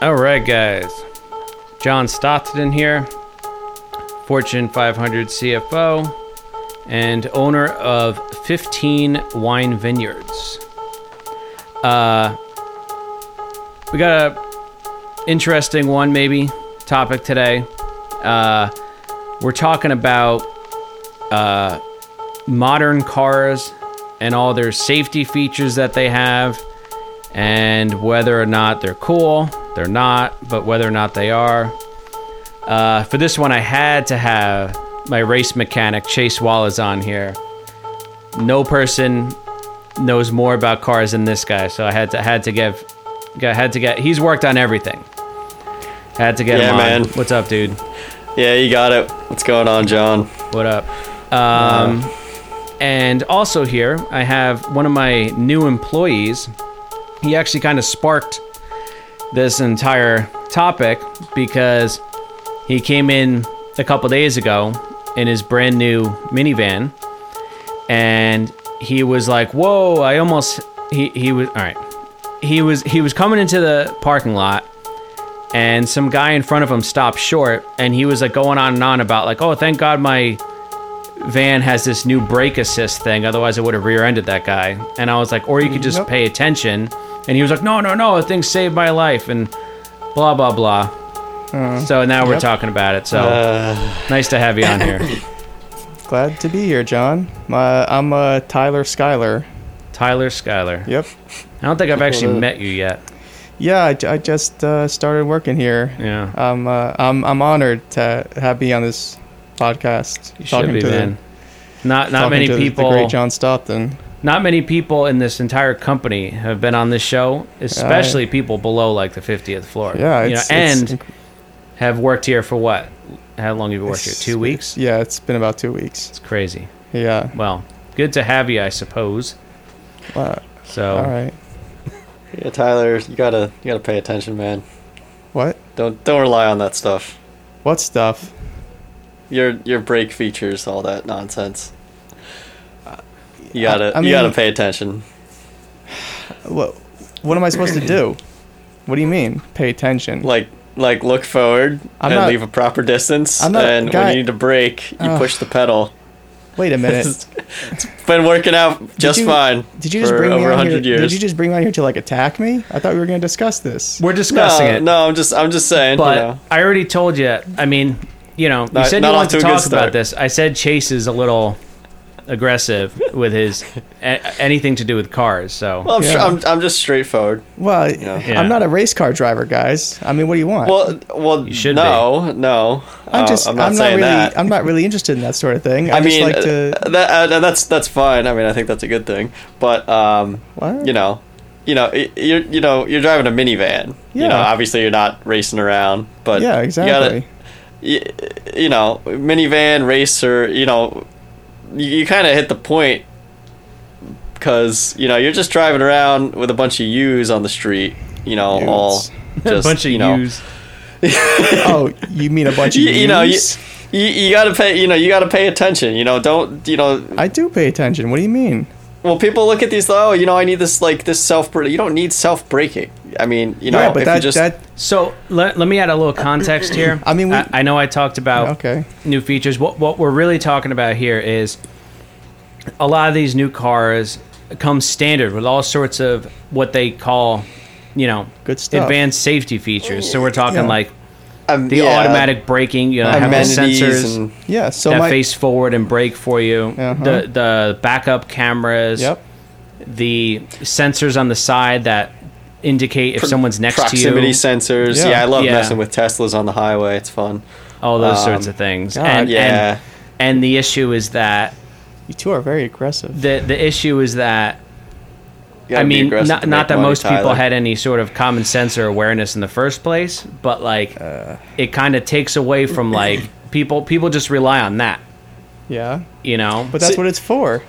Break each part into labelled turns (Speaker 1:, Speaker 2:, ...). Speaker 1: All right, guys. John Stockton here, Fortune 500 CFO and owner of 15 wine vineyards. Uh, we got a interesting one, maybe topic today. Uh, we're talking about uh, modern cars and all their safety features that they have and whether or not they're cool, they're not, but whether or not they are. Uh, for this one, I had to have my race mechanic, Chase Wallace, on here. No person knows more about cars than this guy, so I had to had to give, I had to get. He's worked on everything. Had to get
Speaker 2: Yeah,
Speaker 1: him on.
Speaker 2: man.
Speaker 1: What's up, dude?
Speaker 2: Yeah, you got it. What's going on, John?
Speaker 1: What up? Um, and also here, I have one of my new employees. He actually kind of sparked this entire topic because he came in a couple days ago in his brand new minivan, and he was like, "Whoa! I almost he he was all right." He was he was coming into the parking lot and some guy in front of him stopped short and he was like going on and on about like oh thank god my van has this new brake assist thing otherwise i would have rear-ended that guy and i was like or you could just pay attention and he was like no no no the thing saved my life and blah blah blah
Speaker 3: Uh,
Speaker 1: so now we're talking about it so nice to have you on here
Speaker 3: Glad to be here, John. Uh, I'm uh, Tyler Schuyler.
Speaker 1: tyler schuyler
Speaker 3: Yep.
Speaker 1: i don't think i've actually
Speaker 2: that.
Speaker 1: met you yet
Speaker 3: Yeah, I, I just uh, started working here.
Speaker 1: Yeah.
Speaker 3: I'm, uh, I'm I'm honored to have me on this podcast.
Speaker 1: you should be
Speaker 3: to
Speaker 1: man not not
Speaker 3: talking
Speaker 1: many
Speaker 3: to the-
Speaker 1: people
Speaker 3: The great John Stockton.
Speaker 1: Not many people in this entire company have been on this show, especially people below like the 50th floor.
Speaker 3: Yeah,
Speaker 1: you know,
Speaker 3: it's, it's-
Speaker 1: and have worked here for what? How long have you worked here?
Speaker 3: it's-
Speaker 1: Two weeks?
Speaker 3: Yeah, it's been about two weeks.
Speaker 1: It's crazy.
Speaker 3: Yeah.
Speaker 1: Well, good to have you, I suppose.
Speaker 3: Wow.
Speaker 1: So,
Speaker 3: Uh, All right.
Speaker 2: Yeah, Tyler, you gotta you gotta pay attention, man.
Speaker 3: What?
Speaker 2: Don't don't rely on that stuff.
Speaker 3: What stuff?
Speaker 2: Your your brake features, all that nonsense. You gotta
Speaker 3: I- I
Speaker 2: you gotta
Speaker 3: mean-
Speaker 2: pay attention.
Speaker 3: What? What am I supposed to do? What do you mean? Pay attention.
Speaker 2: Like like look forward
Speaker 3: I'm
Speaker 2: and
Speaker 3: not-
Speaker 2: leave a proper distance.
Speaker 3: I'm not-
Speaker 2: and
Speaker 3: guy-
Speaker 2: when you need to brake, you
Speaker 3: Ugh.
Speaker 2: push the pedal.
Speaker 3: Wait a minute.
Speaker 2: it's been working out just
Speaker 3: you-
Speaker 2: fine.
Speaker 3: Did you just
Speaker 2: for
Speaker 3: bring me
Speaker 2: over
Speaker 3: on here?
Speaker 2: hundred years?
Speaker 3: Did you just bring me on here to like attack me? I thought we were going to discuss this.
Speaker 1: we're discussing
Speaker 2: no,
Speaker 1: it.
Speaker 2: no, I'm just I'm just saying.
Speaker 1: but
Speaker 2: you know.
Speaker 1: I already told you. I mean, you know, you
Speaker 2: Not-
Speaker 1: said
Speaker 2: not
Speaker 1: you
Speaker 2: off
Speaker 1: wanted
Speaker 2: to
Speaker 1: to
Speaker 2: a good
Speaker 1: talk about
Speaker 2: start.
Speaker 1: this. I said Chase is a little aggressive with his a- anything to do with cars. So,
Speaker 2: Well, I'm,
Speaker 3: Yeah.
Speaker 2: sure, I'm I'm just straightforward.
Speaker 3: Well,
Speaker 1: Yeah.
Speaker 3: I'm not a race car driver, guys. I mean, what do you want?
Speaker 2: Well, well,
Speaker 1: You should
Speaker 2: no, no.
Speaker 3: I'm just
Speaker 2: Uh, I'm not saying
Speaker 3: really
Speaker 2: that.
Speaker 3: I'm not really interested in that sort of thing. I,
Speaker 2: I
Speaker 3: just
Speaker 2: mean,
Speaker 3: like to
Speaker 2: uh, that, uh, that's that's fine. I mean, I think that's a good thing. But um,
Speaker 3: What?
Speaker 2: you know, you know, y- you're you know, you're driving a minivan. You know,
Speaker 3: Yeah.
Speaker 2: obviously you're not racing around, but
Speaker 3: Yeah, exactly.
Speaker 2: You, gotta, y- you know, minivan racer. You know, you, you kind of hit the point because you know you're just driving around with a bunch of U's on the street. You know, all
Speaker 3: Utes.
Speaker 2: just
Speaker 1: a bunch of
Speaker 2: you know,
Speaker 1: yous.
Speaker 3: oh, you mean a bunch of
Speaker 2: you, you know you,
Speaker 3: yous?
Speaker 2: you you gotta pay you know you gotta pay attention you know don't you know
Speaker 3: I do pay attention. What do you mean?
Speaker 2: well people look at these oh you know I need this like this self you don't need self breaking I mean you know
Speaker 3: yeah, but
Speaker 2: if
Speaker 3: that
Speaker 2: you just
Speaker 3: that
Speaker 1: So let, let me add a little context here.
Speaker 3: I mean, we-
Speaker 1: I, I know I talked
Speaker 2: Oh.
Speaker 1: about
Speaker 3: okay.
Speaker 1: new features. What what we're really talking about here is a lot of these new cars come standard with all sorts of what they call, you know,
Speaker 3: Good stuff.
Speaker 1: advanced safety features. So we're talking
Speaker 3: Yeah.
Speaker 1: like
Speaker 2: um,
Speaker 1: the
Speaker 2: yeah,
Speaker 1: automatic braking, you know, have the
Speaker 2: amenities
Speaker 1: sensors
Speaker 2: and
Speaker 3: Yeah, so
Speaker 1: that
Speaker 3: my
Speaker 1: face forward and brake for you,
Speaker 3: Uh-huh.
Speaker 1: the the backup cameras,
Speaker 3: Yep.
Speaker 1: the sensors on the side that indicate if someone's next to
Speaker 2: proximity
Speaker 1: you,
Speaker 2: sensors yeah,
Speaker 3: Yeah.
Speaker 2: I love
Speaker 1: Yeah.
Speaker 2: messing with Teslas on the highway it's fun
Speaker 1: all those
Speaker 2: um,
Speaker 1: sorts of things.
Speaker 3: God,
Speaker 1: and,
Speaker 2: yeah.
Speaker 1: and and the issue is that
Speaker 3: You two are very aggressive.
Speaker 1: the the issue is that
Speaker 2: You
Speaker 1: I
Speaker 2: gotta be
Speaker 1: mean,
Speaker 2: aggressive
Speaker 1: not,
Speaker 2: to
Speaker 1: not
Speaker 2: make
Speaker 1: that
Speaker 2: money,
Speaker 1: most people
Speaker 2: Tyler.
Speaker 1: had any sort of common sense or awareness in the first place, but like
Speaker 2: Uh.
Speaker 1: it kind of takes away from like people people just rely on that,
Speaker 3: yeah.
Speaker 1: you know.
Speaker 3: But that's
Speaker 2: See-
Speaker 3: what it's for.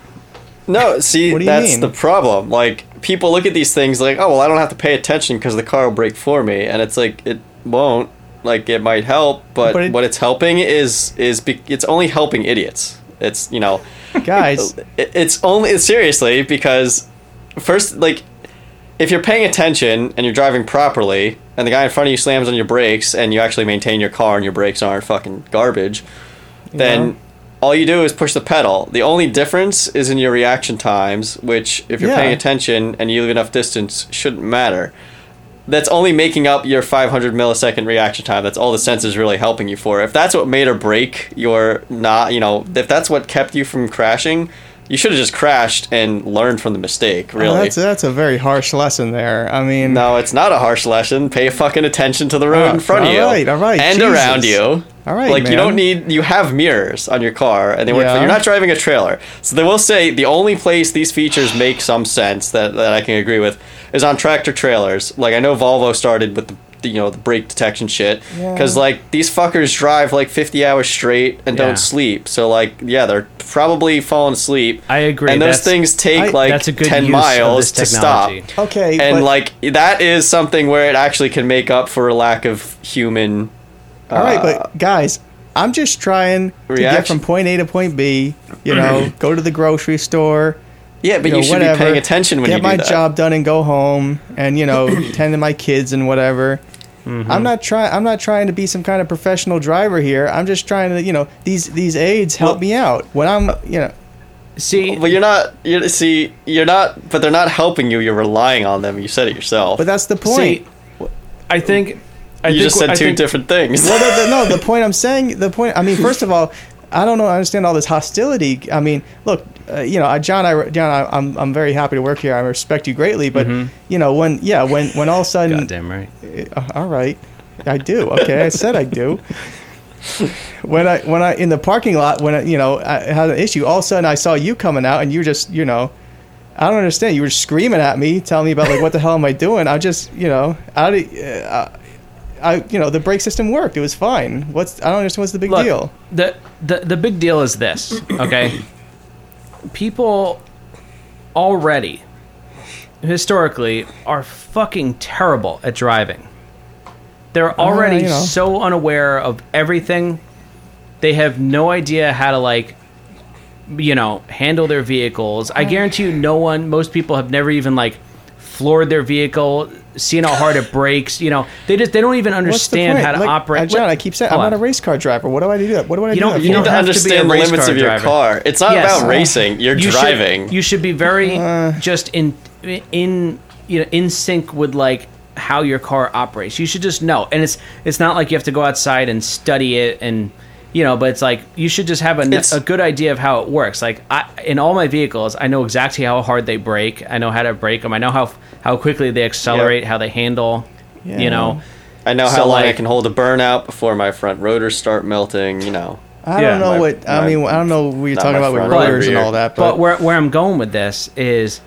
Speaker 2: No, see,
Speaker 3: What do you
Speaker 2: that's
Speaker 3: mean?
Speaker 2: the problem. Like, people look at these things like, oh, well, I don't have to pay attention because the car will brake for me. And it's like, it won't. Like, it might help, but,
Speaker 3: But it-
Speaker 2: what it's helping is, is be- it's only helping idiots. It's, you know,
Speaker 3: Guys,
Speaker 2: it- it's only, it's seriously, because first, like, if you're paying attention and you're driving properly, and the guy in front of you slams on your brakes and you actually maintain your car and your brakes aren't fucking garbage,
Speaker 3: Yeah.
Speaker 2: then all you do is push the pedal. The only difference is in your reaction times, which if you're
Speaker 3: Yeah.
Speaker 2: paying attention and you leave enough distance shouldn't matter. That's only making up your 500 millisecond reaction time. That's all the sensors really helping you for. If that's what made or break your not, you know, if that's what kept you from crashing, you should have just crashed and learned from the mistake. Really,
Speaker 3: Well, that's that's a very harsh lesson there. I mean,
Speaker 2: no, it's not a harsh lesson. Pay fucking attention to the road
Speaker 3: Ah,
Speaker 2: in front of you.
Speaker 3: all right, all right,
Speaker 2: And
Speaker 3: Jesus.
Speaker 2: around you.
Speaker 3: All right,
Speaker 2: Like you don't
Speaker 3: man.
Speaker 2: need you have mirrors on your car and they work for-
Speaker 3: Yeah.
Speaker 2: you're not driving a trailer. So they will say the only place these features make some sense that, that I can agree with is on tractor trailers. Like I know Volvo started with the you know the brake detection shit because
Speaker 3: Yeah.
Speaker 2: like these fuckers drive like 50 hours straight and
Speaker 1: Yeah.
Speaker 2: don't sleep so like yeah they're probably falling asleep
Speaker 1: I agree.
Speaker 2: and those
Speaker 1: That's-
Speaker 2: things take
Speaker 3: I-
Speaker 2: like
Speaker 1: that's a good
Speaker 2: 10
Speaker 1: use of
Speaker 2: miles to
Speaker 1: this
Speaker 2: stop
Speaker 1: technology.
Speaker 3: okay,
Speaker 2: and
Speaker 3: but,
Speaker 2: like that is something where it actually can make up for a lack of human.
Speaker 3: all right, but guys, I'm just trying to get
Speaker 2: Uh, reaction-
Speaker 3: from point A to point B. You know, go to the grocery store.
Speaker 2: yeah, but you,
Speaker 3: know,
Speaker 2: should
Speaker 3: whatever,
Speaker 2: be paying attention when
Speaker 3: get
Speaker 2: you do
Speaker 3: my
Speaker 2: that.
Speaker 3: job done and go home, and you know, tend to my kids and whatever.
Speaker 2: Mm-hmm.
Speaker 3: I'm not trying. I'm not trying to be some kind of professional driver here. I'm just trying to, you know, these these aides help
Speaker 2: Well-
Speaker 3: me out when I'm, you know,
Speaker 1: See,
Speaker 2: But you're not. You see, you're not. But they're not helping you. You're relying on them. You said it yourself.
Speaker 3: but that's the
Speaker 1: see,
Speaker 3: point.
Speaker 1: I think. I
Speaker 2: you
Speaker 1: think
Speaker 2: just said
Speaker 1: I
Speaker 2: two
Speaker 1: think-
Speaker 2: different things.
Speaker 3: Well, the, the, no, the point I'm saying, the point. I mean, first of all, I don't know. I understand all this hostility. I mean, look, uh, you know, I- John, I, John, I, I'm, I'm very happy to work here. I respect you greatly, but you know, when, yeah, when, when all of a sudden,
Speaker 1: Goddamn right.
Speaker 3: uh, all right, I do. Okay, I said I do. When I, when I, in the parking lot, when I, you know, I had an issue, all of a sudden I saw you coming out, and you were just, you know. I don't understand. You were screaming at me, telling me about like what the hell am I doing? I just, you know, I, uh, I, you know, the brake system worked. It was fine. What's I don't understand. What's the big
Speaker 1: Look,
Speaker 3: deal?
Speaker 1: The, the the big deal is this, okay? People already historically are fucking terrible at driving. They're already
Speaker 3: Uh, you know.
Speaker 1: so unaware of everything. They have no idea how to like you know, handle their vehicles. I guarantee you no one most people have never even like floored their vehicle, seen how hard it breaks, you know. They just they don't even
Speaker 3: What's the
Speaker 1: understand
Speaker 3: point?
Speaker 1: how to
Speaker 3: Like,
Speaker 1: operate.
Speaker 3: uh, John,
Speaker 1: What-
Speaker 3: I keep saying I'm
Speaker 1: Hold
Speaker 3: not
Speaker 1: on.
Speaker 3: a race car driver. What do I do? That? What do I
Speaker 1: You
Speaker 3: do?
Speaker 1: don't-
Speaker 3: that
Speaker 1: you
Speaker 2: you
Speaker 3: for?
Speaker 2: need to
Speaker 1: have to be a
Speaker 2: understand the
Speaker 1: race
Speaker 2: limits
Speaker 1: car
Speaker 2: of your
Speaker 1: driver.
Speaker 2: car. It's not
Speaker 1: Yes.
Speaker 2: about racing. You're
Speaker 1: you
Speaker 2: driving.
Speaker 1: Should, you should be very just in in you know in sync with like how your car operates. You should just know, and it's it's not like you have to go outside and study it and you know, but it's like you should just have a, kn-
Speaker 2: It's-
Speaker 1: a good idea of how it works. Like I, in all my vehicles, I know exactly how hard they brake. I know how to brake them. I know how how quickly they accelerate, how they handle.
Speaker 3: Yeah.
Speaker 1: You know,
Speaker 2: I know how
Speaker 1: So,
Speaker 2: long I
Speaker 1: like-
Speaker 2: can hold a burnout before my front rotors start melting. You know.
Speaker 3: I
Speaker 1: Yeah.
Speaker 3: don't know
Speaker 2: My-
Speaker 3: what
Speaker 2: my-
Speaker 3: I mean. I don't know what you're
Speaker 2: not
Speaker 3: talking
Speaker 2: my
Speaker 3: about with
Speaker 2: front, my
Speaker 3: rotors and
Speaker 2: rear.
Speaker 3: all that,
Speaker 1: But
Speaker 3: but,
Speaker 1: where where I'm going with this is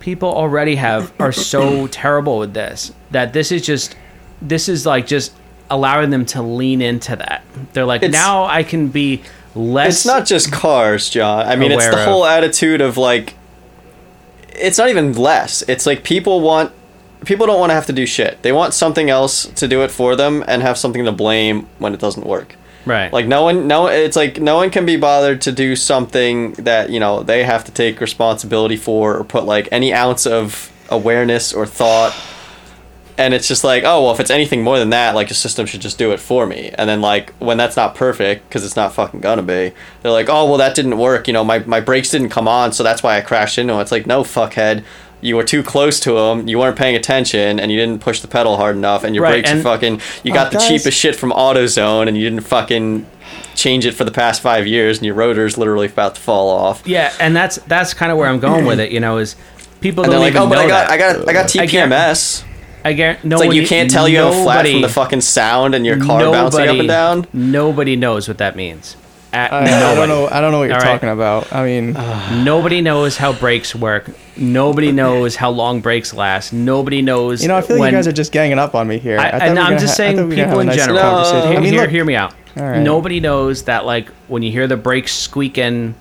Speaker 1: people already have are so terrible with this that this is just this is like just allowing them to lean into that. They're like,
Speaker 2: It's-
Speaker 1: now I can be less
Speaker 2: it's not just cars, John. I mean, it's
Speaker 1: aware
Speaker 2: the
Speaker 1: of.
Speaker 2: whole attitude of like, it's not even less. It's like people want, people don't want to have to do shit. They want something else to do it for them and have something to blame when it doesn't work.
Speaker 1: right.
Speaker 2: Like no one, no, it's like no one can be bothered to do something that you know they have to take responsibility for or put like any ounce of awareness or thought. And it's just like, oh well, if it's anything more than that, like the system should just do it for me. And then like when that's not perfect, because it's not fucking gonna be, they're like, oh well, that didn't work. You know, my my brakes didn't come on, so that's why I crashed into. It. It's like, no fuckhead, you were too close to them. You weren't paying attention, and you didn't push the pedal hard enough, and your
Speaker 1: Right,
Speaker 2: brakes
Speaker 1: and-
Speaker 2: are fucking. You
Speaker 1: Oh,
Speaker 2: got the
Speaker 3: guys.
Speaker 2: cheapest shit from AutoZone and you didn't fucking change it for the past five years, and your rotor's literally about to fall off.
Speaker 1: yeah, and that's that's kind of where I'm going with it. You know, is people
Speaker 2: And
Speaker 1: don't
Speaker 2: they're like,
Speaker 1: even
Speaker 2: "Oh, but
Speaker 1: know
Speaker 2: I got,
Speaker 1: that.
Speaker 2: I got, I got
Speaker 1: I can't-
Speaker 2: TPMS."
Speaker 1: I guarantee no
Speaker 2: It's like
Speaker 1: one-
Speaker 2: you can't tell you have a flat from
Speaker 1: nobody-
Speaker 2: the fucking sound and your car bouncing up and down.
Speaker 1: Nobody knows what that means. At,
Speaker 3: I, I don't know. I don't know what you're
Speaker 1: All right. Uh,
Speaker 3: talking about. I mean,
Speaker 1: Nobody knows how brakes work. Nobody knows how long brakes last. Nobody knows.
Speaker 3: you know, I feel like
Speaker 1: when,
Speaker 3: you guys are just ganging up on me here.
Speaker 1: I,
Speaker 3: thought
Speaker 1: and
Speaker 3: we were
Speaker 1: I'm
Speaker 3: gonna
Speaker 1: just
Speaker 3: ha- I
Speaker 1: saying,
Speaker 3: thought we were gonna have
Speaker 1: people
Speaker 3: a
Speaker 1: in
Speaker 3: nice
Speaker 1: general.
Speaker 3: conversation.
Speaker 1: Hear,
Speaker 3: I mean,
Speaker 1: hear,
Speaker 3: look,
Speaker 1: hear me out.
Speaker 3: All right.
Speaker 1: Nobody knows that, like, when you hear the brakes squeaking,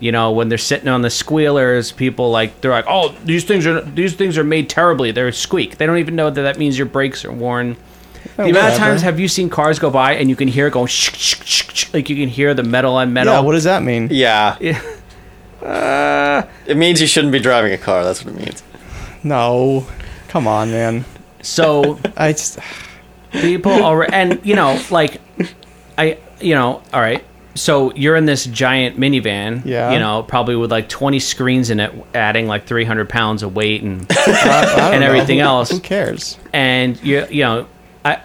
Speaker 1: you know, when they're sitting on the squealers, people like they're like, "Oh, these things are these things are made terribly. They're squeak." They don't even know that that means your brakes are worn. The amount of
Speaker 3: Oh, whatever.
Speaker 1: times have you seen cars go by and you can hear it going, shh, shh, shh, shh, like you can hear the metal on metal.
Speaker 3: yeah, what does that mean?
Speaker 2: Yeah,
Speaker 1: Yeah.
Speaker 2: it means you shouldn't be driving a car. That's what it means.
Speaker 3: No, come on, man.
Speaker 1: So
Speaker 3: I just
Speaker 1: people are, and you know, like I, you know, all right. So you're in this giant minivan,
Speaker 3: Yeah.
Speaker 1: you know, probably with like 20 screens in it, adding like 300 pounds of weight and
Speaker 3: I, I don't
Speaker 1: And
Speaker 3: know.
Speaker 1: everything
Speaker 3: Who-
Speaker 1: else.
Speaker 3: Who cares?
Speaker 1: and you you know I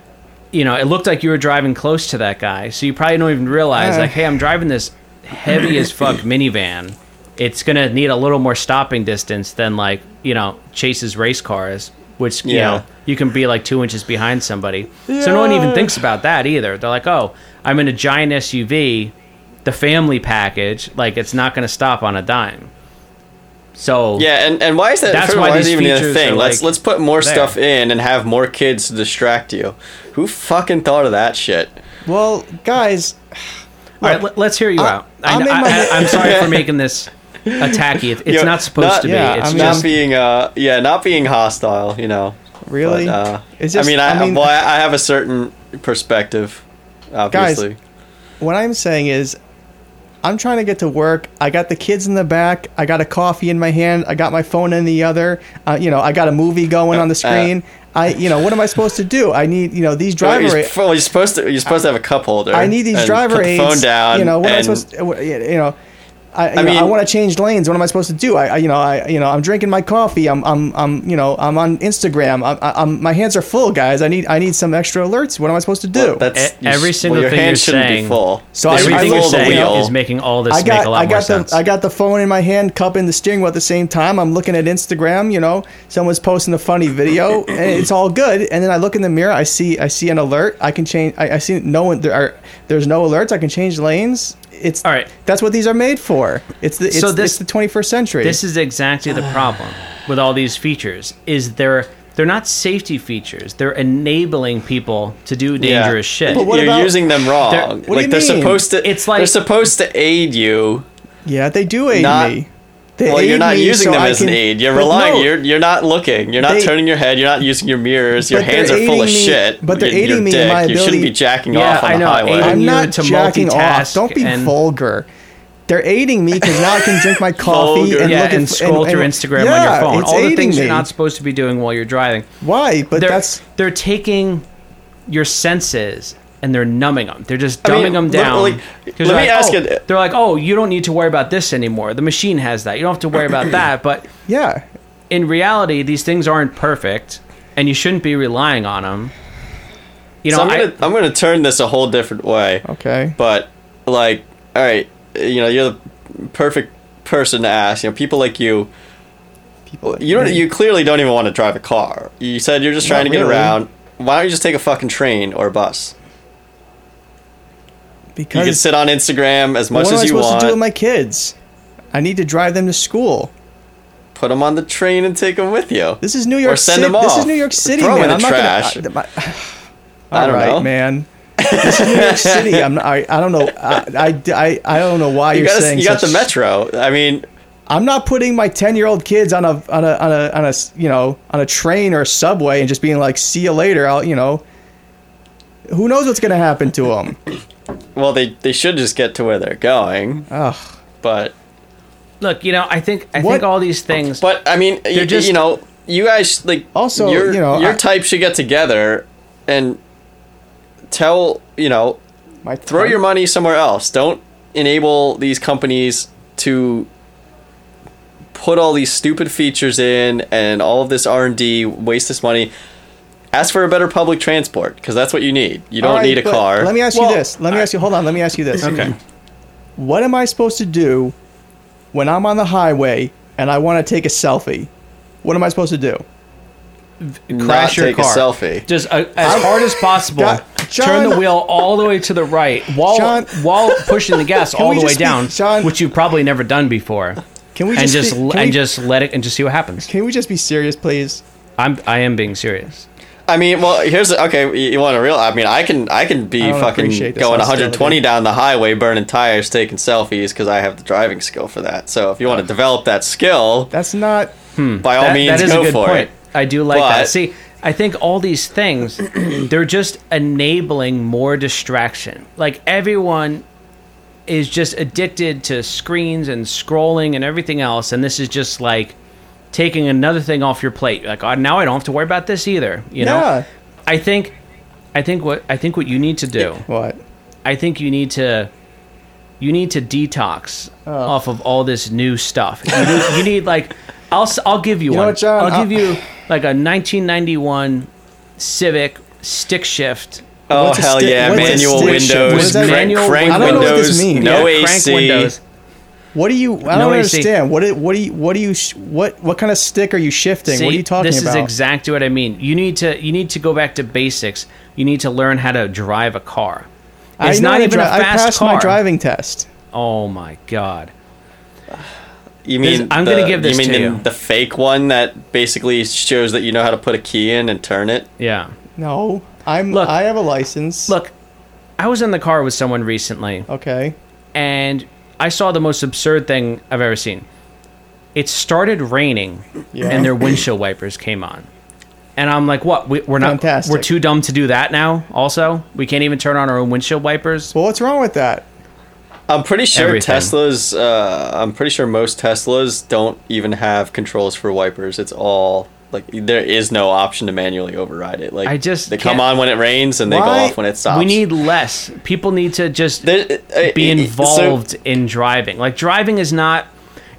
Speaker 1: you know it looked like you were driving close to that guy, so you probably don't even realize
Speaker 3: Uh.
Speaker 1: like hey I'm driving this heavy as fuck minivan. It's gonna need a little more stopping distance than like you know Chase's race cars, which you
Speaker 2: Yeah.
Speaker 1: know you can be like two inches behind somebody. So no one even
Speaker 3: Yeah.
Speaker 1: thinks about that either. They're like oh I'm in a giant SUV, the family package, like it's not gonna stop on a dime. So
Speaker 2: Yeah, and, and why is that?
Speaker 1: That's
Speaker 2: first of
Speaker 1: why
Speaker 2: all, why is
Speaker 1: these
Speaker 2: it even a
Speaker 1: features
Speaker 2: thing?
Speaker 1: are,
Speaker 2: let's
Speaker 1: like,
Speaker 2: let's put more
Speaker 1: there.
Speaker 2: stuff in and have more kids to distract you. Who fucking thought of that shit?
Speaker 3: Well, guys,
Speaker 1: All right, let, let's hear you out. I,
Speaker 3: I'm in
Speaker 1: I,
Speaker 3: my-
Speaker 1: I, am sorry for making this attacky. It, it's
Speaker 2: Yo,
Speaker 1: not supposed
Speaker 2: not-
Speaker 1: to be.
Speaker 3: yeah,
Speaker 1: it's
Speaker 3: I mean-
Speaker 2: Not
Speaker 1: just
Speaker 2: being uh yeah, not being hostile, you know.
Speaker 3: really?
Speaker 2: But, uh,
Speaker 3: It's just-
Speaker 2: I mean, I,
Speaker 3: I mean-
Speaker 2: well, I I have a certain perspective, obviously.
Speaker 3: what I'm saying is, I'm trying to get to work. I got the kids in the back. I got a coffee in my hand. I got my phone in the other. Uh, you know, I got a movie going
Speaker 1: Uh,
Speaker 3: on the screen. I, you know, what am I supposed to do? I need, you know, these
Speaker 2: Well,
Speaker 3: driver.
Speaker 2: you're, well, you're supposed to. You're supposed to have a cup holder.
Speaker 3: I need these
Speaker 2: and
Speaker 3: driver
Speaker 2: put the
Speaker 3: aids.
Speaker 2: Phone down.
Speaker 3: You know, what am I
Speaker 2: and-
Speaker 3: supposed? To, what- you know, I, you
Speaker 2: I
Speaker 3: know, I
Speaker 2: mean-
Speaker 3: want to change lanes. What am I supposed to do? I, I, you know, I, you know, I'm drinking my coffee. I'm, I'm, I'm, you know, I'm on Instagram. I'm, I'm, my hands are full, guys. I need, I need some extra alerts. What am I supposed to do?
Speaker 2: Well, that's
Speaker 1: E-
Speaker 2: you s-
Speaker 1: every single
Speaker 2: well, your
Speaker 1: thing
Speaker 2: hand
Speaker 1: you're
Speaker 2: shouldn't
Speaker 1: saying-
Speaker 2: Be full.
Speaker 3: So I-
Speaker 2: They should
Speaker 3: I
Speaker 1: everything
Speaker 3: think
Speaker 1: you're
Speaker 2: roll the
Speaker 1: saying
Speaker 2: wheel.
Speaker 1: is making all this
Speaker 3: I got,
Speaker 1: make a lot
Speaker 3: I
Speaker 1: more
Speaker 3: got the,
Speaker 1: sense.
Speaker 3: I got the phone in my hand, cup in the steering wheel at the same time. I'm looking at Instagram. You know, someone's posting a funny video, and it's all good. And then I look in the mirror. I see, I see an alert. I can change. I, I see no one. There are, there's no alerts. I can change lanes. It's
Speaker 1: All right.
Speaker 3: That's what these are made for. It's the, it's,
Speaker 1: So this-
Speaker 3: it's the 21st century.
Speaker 1: this is exactly the problem with all these features. Is they're they're not safety features. They're enabling people to do
Speaker 2: Yeah.
Speaker 1: dangerous shit.
Speaker 3: But what
Speaker 2: you're
Speaker 3: about-
Speaker 2: using them
Speaker 1: They're-
Speaker 2: wrong.
Speaker 1: what
Speaker 3: do
Speaker 2: like
Speaker 3: you
Speaker 2: they're
Speaker 3: mean?
Speaker 2: supposed to.
Speaker 1: It's like-
Speaker 2: they're supposed to aid you.
Speaker 3: yeah, they do aid
Speaker 2: Not-
Speaker 3: me. They
Speaker 2: Well, you're
Speaker 3: aid
Speaker 2: not
Speaker 3: me
Speaker 2: using
Speaker 3: so
Speaker 2: them
Speaker 3: I
Speaker 2: as
Speaker 3: can-
Speaker 2: an aid. You're
Speaker 3: but
Speaker 2: relying.
Speaker 3: no,
Speaker 2: you're you're not looking. You're not
Speaker 3: They-
Speaker 2: turning your head. You're not using your mirrors. Your
Speaker 3: But
Speaker 2: hands
Speaker 3: they're
Speaker 2: are full of
Speaker 3: aiding me-
Speaker 2: shit.
Speaker 3: but they're
Speaker 2: You're- you're
Speaker 3: aiding me in
Speaker 2: dick.
Speaker 3: my
Speaker 2: You shouldn't be
Speaker 3: ability-
Speaker 2: jacking
Speaker 1: Yeah,
Speaker 2: off on
Speaker 1: I
Speaker 2: the
Speaker 1: know,
Speaker 2: highway.
Speaker 1: aiding-
Speaker 3: I'm
Speaker 1: you
Speaker 3: not
Speaker 1: to
Speaker 3: jacking off.
Speaker 1: multitask
Speaker 3: Don't be
Speaker 1: and-
Speaker 3: vulgar. They're aiding me because now I can drink my coffee
Speaker 2: Vulgar.
Speaker 3: and
Speaker 1: yeah,
Speaker 3: look at-
Speaker 1: and scroll through Instagram
Speaker 3: Yeah,
Speaker 1: on your phone.
Speaker 3: It's
Speaker 1: All the
Speaker 3: aiding
Speaker 1: things
Speaker 3: me.
Speaker 1: you're not supposed to be doing while you're driving.
Speaker 3: Why? But
Speaker 1: they're,
Speaker 3: that's
Speaker 1: they're taking your senses and they're numbing them. They're just
Speaker 2: mean,
Speaker 1: dumbing them down.
Speaker 2: literally-
Speaker 1: 'Cause they're
Speaker 2: let me
Speaker 1: like,
Speaker 2: ask uh,
Speaker 1: oh,
Speaker 2: you-
Speaker 1: They're like, oh, you don't need to worry about this anymore. The machine has that. You don't have to worry about that. But
Speaker 3: yeah.
Speaker 1: in reality, these things aren't perfect, and you shouldn't be relying on them. You know,
Speaker 2: so I'm
Speaker 1: I-
Speaker 2: gonna I, am gonna turn this a whole different way.
Speaker 3: Okay.
Speaker 2: But like, all right, you know, you're the perfect person to ask. You know, people like you.
Speaker 3: People.
Speaker 2: You don't. You clearly don't even want to drive a car. You said you're just trying
Speaker 3: Not
Speaker 2: to get
Speaker 3: really.
Speaker 2: around. Why don't you just take a fucking train or a bus? You
Speaker 3: because
Speaker 2: can sit on Instagram as
Speaker 3: what
Speaker 2: much
Speaker 3: am I
Speaker 2: as you
Speaker 3: supposed
Speaker 2: want.
Speaker 3: to
Speaker 2: Put
Speaker 3: do
Speaker 2: 'em
Speaker 3: with my kids? I need to drive them to school.
Speaker 2: Put them on the train and take them with you.
Speaker 3: This is New York
Speaker 2: send
Speaker 3: City.
Speaker 2: them
Speaker 3: This is
Speaker 2: off.
Speaker 3: New York City,
Speaker 2: Throw 'em in
Speaker 3: man.
Speaker 2: the
Speaker 3: I'm not
Speaker 2: trash.
Speaker 3: gonna. I- my-
Speaker 2: I don't
Speaker 3: All right,
Speaker 2: know.
Speaker 3: man. This is New York City. I'm not, I, I don't know. I, I, I, I don't know why
Speaker 2: You
Speaker 3: are
Speaker 2: got
Speaker 3: saying
Speaker 2: you got the
Speaker 3: such-
Speaker 2: metro. I mean,
Speaker 3: I'm not putting my 10 year old kids on a on a on a on a s- you know on a train or a subway and just being like, see you later. I'll you know. Who knows what's gonna happen to them?
Speaker 2: well, they they should just get to where they're going.
Speaker 3: Ugh.
Speaker 2: But
Speaker 1: look, you know, I think I
Speaker 3: What-
Speaker 1: think all these things.
Speaker 2: but I mean, you,
Speaker 1: just-
Speaker 2: you know, you guys like
Speaker 3: Also,
Speaker 2: your,
Speaker 3: you know,
Speaker 2: your
Speaker 3: I-
Speaker 2: type should get together and tell you know
Speaker 3: My
Speaker 2: throw your money somewhere else. Don't enable these companies to put all these stupid features in and all of this R&D, waste this money. Ask for a better public transport because that's what you need. You don't
Speaker 3: All right,
Speaker 2: need a
Speaker 3: but
Speaker 2: car.
Speaker 3: Let me ask
Speaker 1: Well,
Speaker 3: you this. Let me ask you. Hold on. Let me ask you this.
Speaker 1: okay,
Speaker 3: What am I supposed to do when I'm on the highway and I want to take a selfie? What am I supposed to do?
Speaker 2: not
Speaker 1: crash your
Speaker 2: take
Speaker 1: car.
Speaker 2: a selfie.
Speaker 1: Just uh, as hard as possible.
Speaker 3: God,
Speaker 1: turn the
Speaker 3: John-
Speaker 1: wheel all the way to the right while
Speaker 3: John-
Speaker 1: while pushing the gas
Speaker 3: Can
Speaker 1: all
Speaker 3: we
Speaker 1: the way
Speaker 3: just be-
Speaker 1: down,
Speaker 3: John-
Speaker 1: which you've probably never done before.
Speaker 3: Can we
Speaker 1: and
Speaker 3: just,
Speaker 1: just
Speaker 3: be-
Speaker 1: l-
Speaker 3: can
Speaker 1: and
Speaker 3: we,
Speaker 1: just let it and just see what happens.
Speaker 3: can we just be serious, please?
Speaker 1: I'm I am being serious.
Speaker 2: I mean, well, here's okay. You, you want a real? I mean, I can I can be
Speaker 3: I don't
Speaker 2: fucking
Speaker 3: appreciate this
Speaker 2: going
Speaker 3: hostility.
Speaker 2: 120 down the highway, burning tires, taking selfies because I have the driving skill for that. So if you want to develop that skill,
Speaker 3: That's not.
Speaker 2: by all
Speaker 1: That-
Speaker 2: means,
Speaker 1: that is
Speaker 2: go
Speaker 1: a good
Speaker 2: for
Speaker 1: point.
Speaker 2: it.
Speaker 1: I do like
Speaker 2: But-
Speaker 1: that. See, I think all these things they're just enabling more distraction. Like everyone is just addicted to screens and scrolling and everything else and this is just like taking another thing off your plate. Like oh, now I don't have to worry about this either. You
Speaker 3: Yeah.
Speaker 1: know, I think, I think what I think what you need to do,
Speaker 3: What?
Speaker 1: I think you need to, you need to detox
Speaker 3: Oh.
Speaker 1: off of all this new stuff. You need, you need like, I'll s- I'll give you,
Speaker 3: know
Speaker 1: one.
Speaker 3: what, John?
Speaker 1: I'll,
Speaker 3: I'll-
Speaker 1: give you like a 1991 Civic stick shift.
Speaker 2: Oh
Speaker 3: What's a
Speaker 2: hell
Speaker 3: stick-
Speaker 2: yeah!
Speaker 3: what's a
Speaker 2: Manual
Speaker 3: stick
Speaker 2: windows,
Speaker 3: shift? What
Speaker 1: is that?
Speaker 2: crank,
Speaker 1: Manual
Speaker 2: crank
Speaker 1: windows. I don't
Speaker 2: windows,
Speaker 1: know what
Speaker 3: this means.
Speaker 2: no
Speaker 1: Yeah, crank
Speaker 2: AC.
Speaker 1: windows.
Speaker 3: What do you? I
Speaker 1: No
Speaker 3: don't
Speaker 1: AC.
Speaker 3: understand. What? do- What do you? What do you? sh- What? What kind of stick are you shifting? what are
Speaker 1: See,
Speaker 3: you talking
Speaker 1: this
Speaker 3: about?
Speaker 1: is exactly what I mean. You need to you need to go back to basics. You need to learn how to drive a car.
Speaker 3: I
Speaker 1: It's
Speaker 3: know
Speaker 1: not
Speaker 3: how to
Speaker 1: even a
Speaker 3: dri- I
Speaker 1: fast
Speaker 3: passed
Speaker 1: car.
Speaker 3: my driving test.
Speaker 1: Oh my god.
Speaker 2: You
Speaker 1: This-
Speaker 2: mean
Speaker 1: I'm gonna
Speaker 2: the-
Speaker 1: give this
Speaker 2: you mean
Speaker 1: to
Speaker 2: the,
Speaker 1: you.
Speaker 2: the fake one that basically shows that you know how to put a key in and turn it?
Speaker 1: Yeah.
Speaker 3: No, I'm.
Speaker 1: Look.
Speaker 3: I have a license.
Speaker 1: Look, I was in the car with someone recently
Speaker 3: Okay.
Speaker 1: and I saw the most absurd thing I've ever seen. It started raining
Speaker 3: Yeah.
Speaker 1: and their windshield wipers came on. And I'm like, what? We, we're not.
Speaker 3: Fantastic.
Speaker 1: We're too dumb to do that now. Also, we can't even turn on our own windshield wipers.
Speaker 3: Well, what's wrong with that?
Speaker 2: I'm pretty sure
Speaker 1: Everything.
Speaker 2: Teslas. Uh, I'm pretty sure most Teslas don't even have controls for wipers. It's all like there is no option to manually override it. Like
Speaker 1: I just
Speaker 2: they come
Speaker 1: can't-
Speaker 2: on when it rains and they go
Speaker 3: Why-
Speaker 2: off when it stops.
Speaker 1: We need less. People need to just
Speaker 2: There- uh,
Speaker 1: be
Speaker 2: uh, so-
Speaker 1: involved in driving. Like driving is not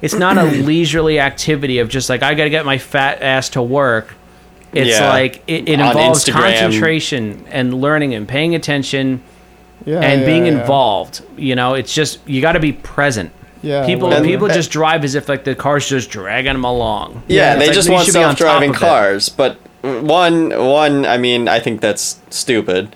Speaker 1: it's not a leisurely activity of just like I got to get my fat ass to work. It's
Speaker 2: Yeah.
Speaker 1: like it, it
Speaker 2: On
Speaker 1: involves
Speaker 2: Instagram.
Speaker 1: concentration and learning and paying attention
Speaker 3: Yeah.
Speaker 1: and
Speaker 3: yeah,
Speaker 1: being
Speaker 3: yeah.
Speaker 1: involved. You know, it's just you got to be present.
Speaker 3: Yeah,
Speaker 1: people
Speaker 3: whatever.
Speaker 1: people just drive as if like the car's just dragging them along.
Speaker 2: Yeah,
Speaker 1: It's
Speaker 2: they
Speaker 1: like,
Speaker 2: just
Speaker 1: you
Speaker 2: want
Speaker 1: should be on top
Speaker 2: self-driving
Speaker 1: of it.
Speaker 2: cars. But one, one, I mean, I think that's stupid,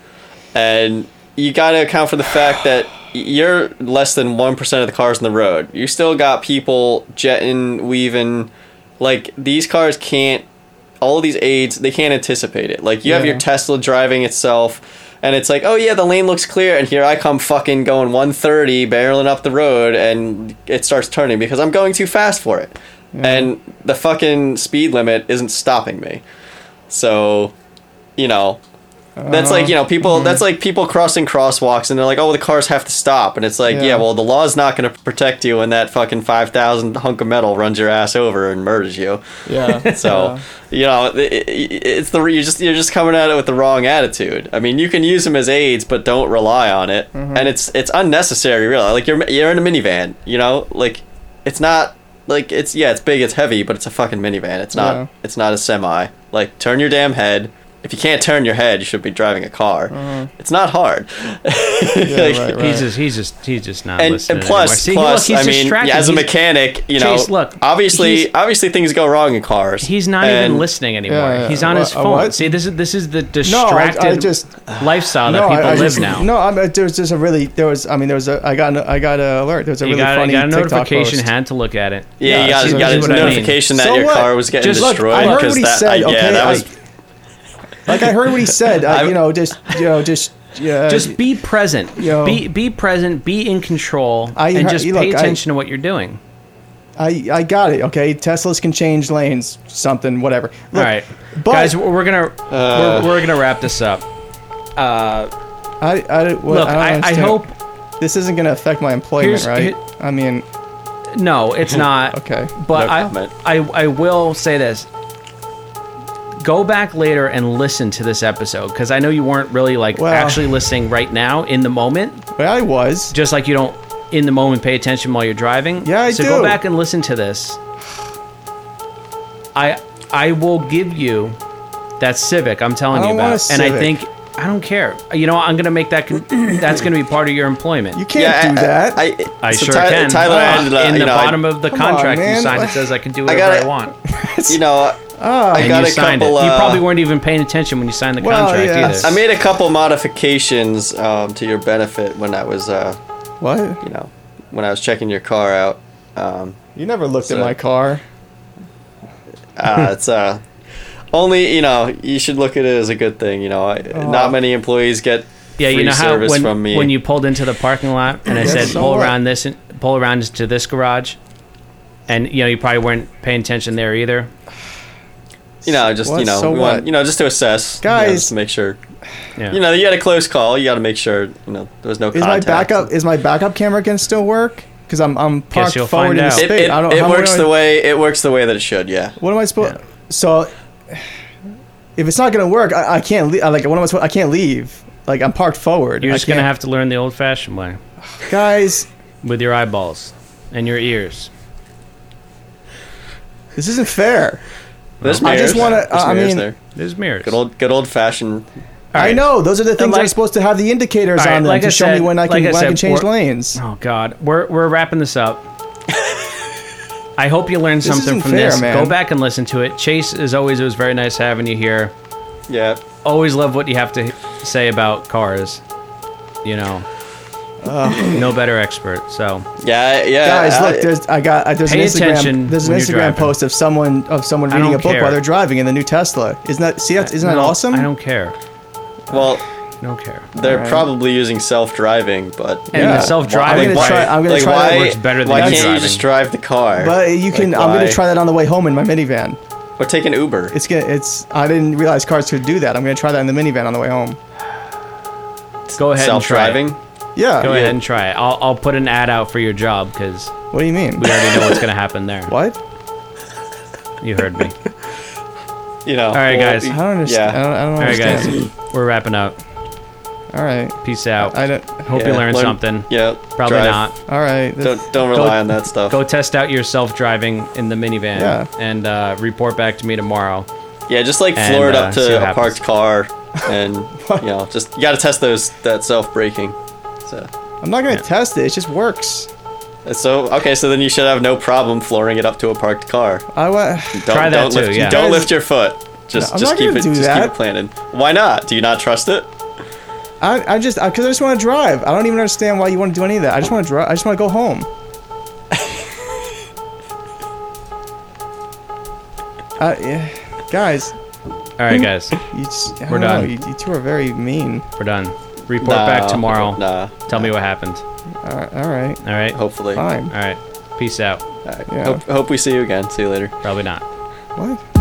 Speaker 2: and you got to account for the fact that you're less than one percent of the cars on the road. You still got people jetting, weaving. Like these cars can't. All these aids, they can't anticipate it. Like you have
Speaker 3: Yeah.
Speaker 2: your Tesla driving itself. And it's like, oh yeah, the lane looks clear, and here I come fucking going 130, barreling up the road, and it starts turning because I'm going too fast for it and the fucking speed limit isn't stopping me. So, you know, that's like you know people. That's like people crossing crosswalks, and they're like, "Oh, the cars have to stop," and it's like, "Yeah,
Speaker 3: Yeah.
Speaker 2: well, the law's not going to protect you when that fucking five thousand hunk of metal runs your ass over and murders you."
Speaker 3: Yeah.
Speaker 2: So, you know, it, it, it's the you just you're just coming at it with the wrong attitude. I mean, you can use them as aids, but don't rely on it.
Speaker 3: Mm-hmm.
Speaker 2: And it's it's unnecessary, really. Like you're you're in a minivan, you know, like it's not like it's yeah, it's big, it's heavy, but it's a fucking minivan. It's not
Speaker 3: Yeah.
Speaker 2: it's not a semi. Like turn your damn head. If you can't turn your head, you should be driving a car. It's not hard.
Speaker 3: Yeah,
Speaker 2: Like,
Speaker 3: Mm-hmm. right, right.
Speaker 1: He's just he's just he's just not
Speaker 2: and,
Speaker 1: listening.
Speaker 2: and
Speaker 1: anymore.
Speaker 2: plus,
Speaker 1: See,
Speaker 2: plus,
Speaker 1: look, he's
Speaker 2: I mean,
Speaker 1: distracted.
Speaker 2: yeah, as a
Speaker 1: He's-
Speaker 2: mechanic, you know,
Speaker 1: Chase, look, he's-
Speaker 2: obviously, obviously things go wrong in cars.
Speaker 1: He's not
Speaker 2: And-
Speaker 1: even listening anymore.
Speaker 3: Yeah, yeah.
Speaker 1: He's on his
Speaker 3: Wha- uh,
Speaker 1: phone.
Speaker 3: what?
Speaker 1: See, this is this is the
Speaker 3: I- I
Speaker 1: distracted
Speaker 3: just-
Speaker 1: lifestyle that
Speaker 3: I-
Speaker 1: people
Speaker 3: I
Speaker 1: live
Speaker 3: just-
Speaker 1: now.
Speaker 3: No, I mean, there was just a really there was. I mean, there was a. I got an, I got an alert. There was a
Speaker 1: you
Speaker 3: really
Speaker 1: got,
Speaker 3: funny
Speaker 1: got a
Speaker 3: TikTok
Speaker 1: notification.
Speaker 3: post.
Speaker 1: Had to look at it.
Speaker 2: Yeah,
Speaker 3: Yeah,
Speaker 2: you
Speaker 3: so
Speaker 2: got, you
Speaker 3: that's
Speaker 2: got a
Speaker 3: what I mean.
Speaker 2: notification that
Speaker 3: So
Speaker 2: your
Speaker 3: what?
Speaker 2: car was getting
Speaker 1: Just look,
Speaker 2: destroyed.
Speaker 3: I heard what
Speaker 2: 'cause
Speaker 3: he
Speaker 2: that,
Speaker 3: said.
Speaker 2: I, yeah,
Speaker 3: okay,
Speaker 2: that
Speaker 3: I-
Speaker 2: was.
Speaker 3: like I heard what he said. I,
Speaker 2: I-
Speaker 3: you know, just you know, just yeah,
Speaker 1: Just be present.
Speaker 3: Yo.
Speaker 1: Be be present. Be in control,
Speaker 3: I
Speaker 1: and
Speaker 3: heard-
Speaker 1: just
Speaker 3: you
Speaker 1: pay
Speaker 3: look, I-
Speaker 1: attention to what you're doing.
Speaker 3: I I got it. Okay, Teslas can change lanes, something, whatever. Look,
Speaker 1: All right,
Speaker 3: but-
Speaker 1: guys, we're we're gonna
Speaker 2: Uh.
Speaker 1: we're, we're gonna wrap this up.
Speaker 3: I I, well,
Speaker 1: Look,
Speaker 3: I, don't
Speaker 1: I, I,
Speaker 3: understand.
Speaker 1: hope
Speaker 3: this isn't going to affect my employment,
Speaker 1: Here's-
Speaker 3: right?
Speaker 1: here-
Speaker 3: I mean,
Speaker 1: no, it's not.
Speaker 3: okay,
Speaker 1: but
Speaker 2: No
Speaker 1: I,
Speaker 2: comment.
Speaker 1: I I will say this. Go back later and listen to this episode because I know you weren't really like
Speaker 3: Well-
Speaker 1: actually listening right now in the moment.
Speaker 3: but I was.
Speaker 1: just like you don't in the moment pay attention while you're driving.
Speaker 3: Yeah, I
Speaker 1: so go
Speaker 3: do.
Speaker 1: back and listen to this. I I will give you that Civic. I'm telling
Speaker 3: I
Speaker 1: you
Speaker 3: don't want
Speaker 1: about,
Speaker 3: a
Speaker 1: and I
Speaker 3: Civic.
Speaker 1: think I don't care. You know, I'm gonna make that. Con- that's gonna be part of your employment.
Speaker 3: You can't
Speaker 2: Yeah,
Speaker 3: do that.
Speaker 2: I, I,
Speaker 1: I
Speaker 2: so
Speaker 1: sure
Speaker 2: Ty-
Speaker 1: can. Ah,
Speaker 2: Tyler, I ended up,
Speaker 1: in
Speaker 2: you
Speaker 1: the
Speaker 2: know,
Speaker 1: bottom of the
Speaker 3: Come on,
Speaker 1: contract you
Speaker 3: man.
Speaker 1: signed, it says I can do whatever I,
Speaker 2: gotta-
Speaker 1: want.
Speaker 2: I, you know,
Speaker 3: Ah,
Speaker 2: I
Speaker 1: And
Speaker 2: got
Speaker 1: you
Speaker 2: a
Speaker 1: signed
Speaker 2: couple.
Speaker 1: it. You
Speaker 2: uh,
Speaker 1: probably weren't even paying attention when you signed the
Speaker 3: Well,
Speaker 1: contract
Speaker 3: yeah.
Speaker 1: either.
Speaker 2: I made a couple modifications um, to your benefit when I was, uh,
Speaker 3: what?
Speaker 2: you know, when I was checking your car out. Um,
Speaker 3: You never looked
Speaker 2: So-
Speaker 3: at my car.
Speaker 2: uh, it's uh, only you know you should look at it as a good thing. You know, I,
Speaker 3: Oh,
Speaker 2: not many employees get
Speaker 1: yeah,
Speaker 2: free
Speaker 1: you know how
Speaker 2: service
Speaker 1: when,
Speaker 2: from me.
Speaker 1: when you pulled into the parking lot and I
Speaker 3: Yes.
Speaker 1: said
Speaker 3: So
Speaker 1: pull
Speaker 3: what?
Speaker 1: around this and pull around to this garage, and you know you probably weren't paying attention there either.
Speaker 2: you know, just
Speaker 3: What?
Speaker 2: you know,
Speaker 3: So
Speaker 2: we want,
Speaker 3: what?
Speaker 2: you know, just to assess, you know,
Speaker 3: Guys.
Speaker 2: just to make sure.
Speaker 1: Yeah.
Speaker 2: You know, you had a close call. You got to make sure you know there was no
Speaker 3: Is my
Speaker 2: contact.
Speaker 3: backup is my backup camera going to still work? because I'm I'm parked
Speaker 1: you'll find
Speaker 3: forward in the
Speaker 1: out.
Speaker 2: It,
Speaker 3: space.
Speaker 2: it,
Speaker 3: I don't,
Speaker 2: it
Speaker 3: how- what
Speaker 2: works
Speaker 3: am I-
Speaker 2: the way it works the way that it should. Yeah.
Speaker 3: What am I supposed? So, if it's not gonna work, I, I can't. Le- I, like, what am I supposed? I can't leave. Like, I'm parked forward.
Speaker 1: You're
Speaker 3: I
Speaker 1: just gonna
Speaker 3: can't-
Speaker 1: have to learn the old-fashioned way,
Speaker 3: guys.
Speaker 1: with your eyeballs and your ears.
Speaker 3: This isn't fair.
Speaker 2: This
Speaker 3: I
Speaker 2: mirrors-
Speaker 3: just wanna-
Speaker 2: this
Speaker 3: I
Speaker 2: mirrors
Speaker 3: mean-
Speaker 2: there.
Speaker 1: There's mirrors.
Speaker 2: Good old, good old fashioned.
Speaker 1: All right.
Speaker 3: I know those are the things
Speaker 1: like-
Speaker 3: I'm supposed to have the indicators
Speaker 1: All right,
Speaker 3: on them
Speaker 1: like
Speaker 3: to
Speaker 1: I
Speaker 3: show me
Speaker 1: said-
Speaker 3: when I
Speaker 1: like
Speaker 3: can
Speaker 1: I
Speaker 3: when I
Speaker 1: said,
Speaker 3: can change
Speaker 1: we're-
Speaker 3: lanes.
Speaker 1: Oh God, we're we're wrapping this up. I hope you learned something
Speaker 3: isn't
Speaker 1: from
Speaker 3: fair,
Speaker 1: this.
Speaker 3: man.
Speaker 1: Go back and listen to it. Chase, as always, it was very nice having you here.
Speaker 2: Yeah.
Speaker 1: Always love what you have to say about cars. You know,
Speaker 3: Uh,
Speaker 1: no better expert. So
Speaker 2: Yeah. Yeah.
Speaker 3: Guys,
Speaker 2: I-
Speaker 3: look, there's I got I- there's an
Speaker 1: Uh, Pay attention
Speaker 3: Instagram there's an
Speaker 1: when you're
Speaker 3: Instagram
Speaker 1: driving.
Speaker 3: post of someone of someone
Speaker 1: I
Speaker 3: reading a
Speaker 1: don't
Speaker 3: book
Speaker 1: care.
Speaker 3: while they're driving in the new Tesla. Isn't that see that isn't that
Speaker 1: No,
Speaker 3: awesome?
Speaker 1: I don't care.
Speaker 2: well,
Speaker 1: I don't care.
Speaker 2: they're
Speaker 3: Alright.
Speaker 2: probably using self driving, but
Speaker 1: And
Speaker 3: Yeah.
Speaker 1: the self-driving
Speaker 3: I'm gonna
Speaker 1: part.
Speaker 3: try- I'm gonna
Speaker 2: like,
Speaker 3: try that
Speaker 2: why,
Speaker 1: works better than
Speaker 2: why
Speaker 1: you
Speaker 2: can't
Speaker 1: driving.
Speaker 2: you just drive the car?
Speaker 3: But you can.
Speaker 2: Like,
Speaker 3: I'm
Speaker 2: why-
Speaker 3: gonna try that on the way home in my minivan.
Speaker 2: Or take an Uber.
Speaker 3: It's gonna. It's. I didn't realize cars could do that. I'm gonna try that in the minivan on the way home.
Speaker 1: Go ahead and
Speaker 2: Self
Speaker 1: try. It.
Speaker 2: driving.
Speaker 3: Yeah.
Speaker 1: Go ahead and try it. I'll I'll put an ad out for your job because
Speaker 3: What do you mean?
Speaker 1: we already know what's gonna happen there.
Speaker 3: What?
Speaker 1: You heard me.
Speaker 2: You know. All
Speaker 1: right, guys.
Speaker 3: I don't understand. I
Speaker 2: Yeah.
Speaker 3: don't, I don't
Speaker 1: All right, guys,
Speaker 3: understand.
Speaker 1: we're wrapping up.
Speaker 3: All right.
Speaker 1: Peace out.
Speaker 3: I don't.
Speaker 1: Hope you
Speaker 2: Yeah,
Speaker 1: learned
Speaker 2: learn-
Speaker 1: something.
Speaker 2: Yeah.
Speaker 1: Probably
Speaker 2: drive.
Speaker 1: not.
Speaker 3: All right. this-
Speaker 2: Don't don't rely on that stuff.
Speaker 1: Go test out your self-driving in the minivan
Speaker 3: Yeah.
Speaker 1: and uh, report back to me tomorrow.
Speaker 2: Yeah, just like
Speaker 1: And,
Speaker 2: floor it
Speaker 1: uh,
Speaker 2: up
Speaker 1: see what
Speaker 2: to a
Speaker 1: happens.
Speaker 2: parked car, and you know, just you got to test those that self braking. So,
Speaker 3: I'm not gonna
Speaker 1: Yeah.
Speaker 3: test it. It just works.
Speaker 2: so okay, so then you should have no problem flooring it up to a parked car.
Speaker 3: I wa-
Speaker 2: Don't,
Speaker 1: Try that
Speaker 2: don't
Speaker 1: too,
Speaker 2: Lift,
Speaker 1: yeah.
Speaker 2: Don't
Speaker 3: Guys-
Speaker 2: lift your foot. Just
Speaker 3: No, I'm
Speaker 2: just
Speaker 3: not
Speaker 2: keep
Speaker 3: gonna
Speaker 2: it
Speaker 3: do
Speaker 2: just keep
Speaker 3: that.
Speaker 2: it planted. Why not? Do you not trust it?
Speaker 3: I, I just because I, just want to drive. I don't even understand why you want to do any of that. I just want to drive. I just want to go home. I, Uh, yeah, guys,
Speaker 1: All right, guys,
Speaker 3: you just, I
Speaker 1: We're
Speaker 3: don't know,
Speaker 1: done.
Speaker 3: You, you two are very mean.
Speaker 1: we're done. Report back
Speaker 2: Nah,
Speaker 1: tomorrow.
Speaker 2: Nah.
Speaker 1: Tell me what happened.
Speaker 3: All right, Uh, all right,
Speaker 1: All right.
Speaker 2: Hopefully.
Speaker 1: All
Speaker 3: fine.
Speaker 1: right. Peace out.
Speaker 2: All right.
Speaker 3: Yeah.
Speaker 2: Hope, hope we see you again. See you later.
Speaker 1: Probably not.
Speaker 3: What?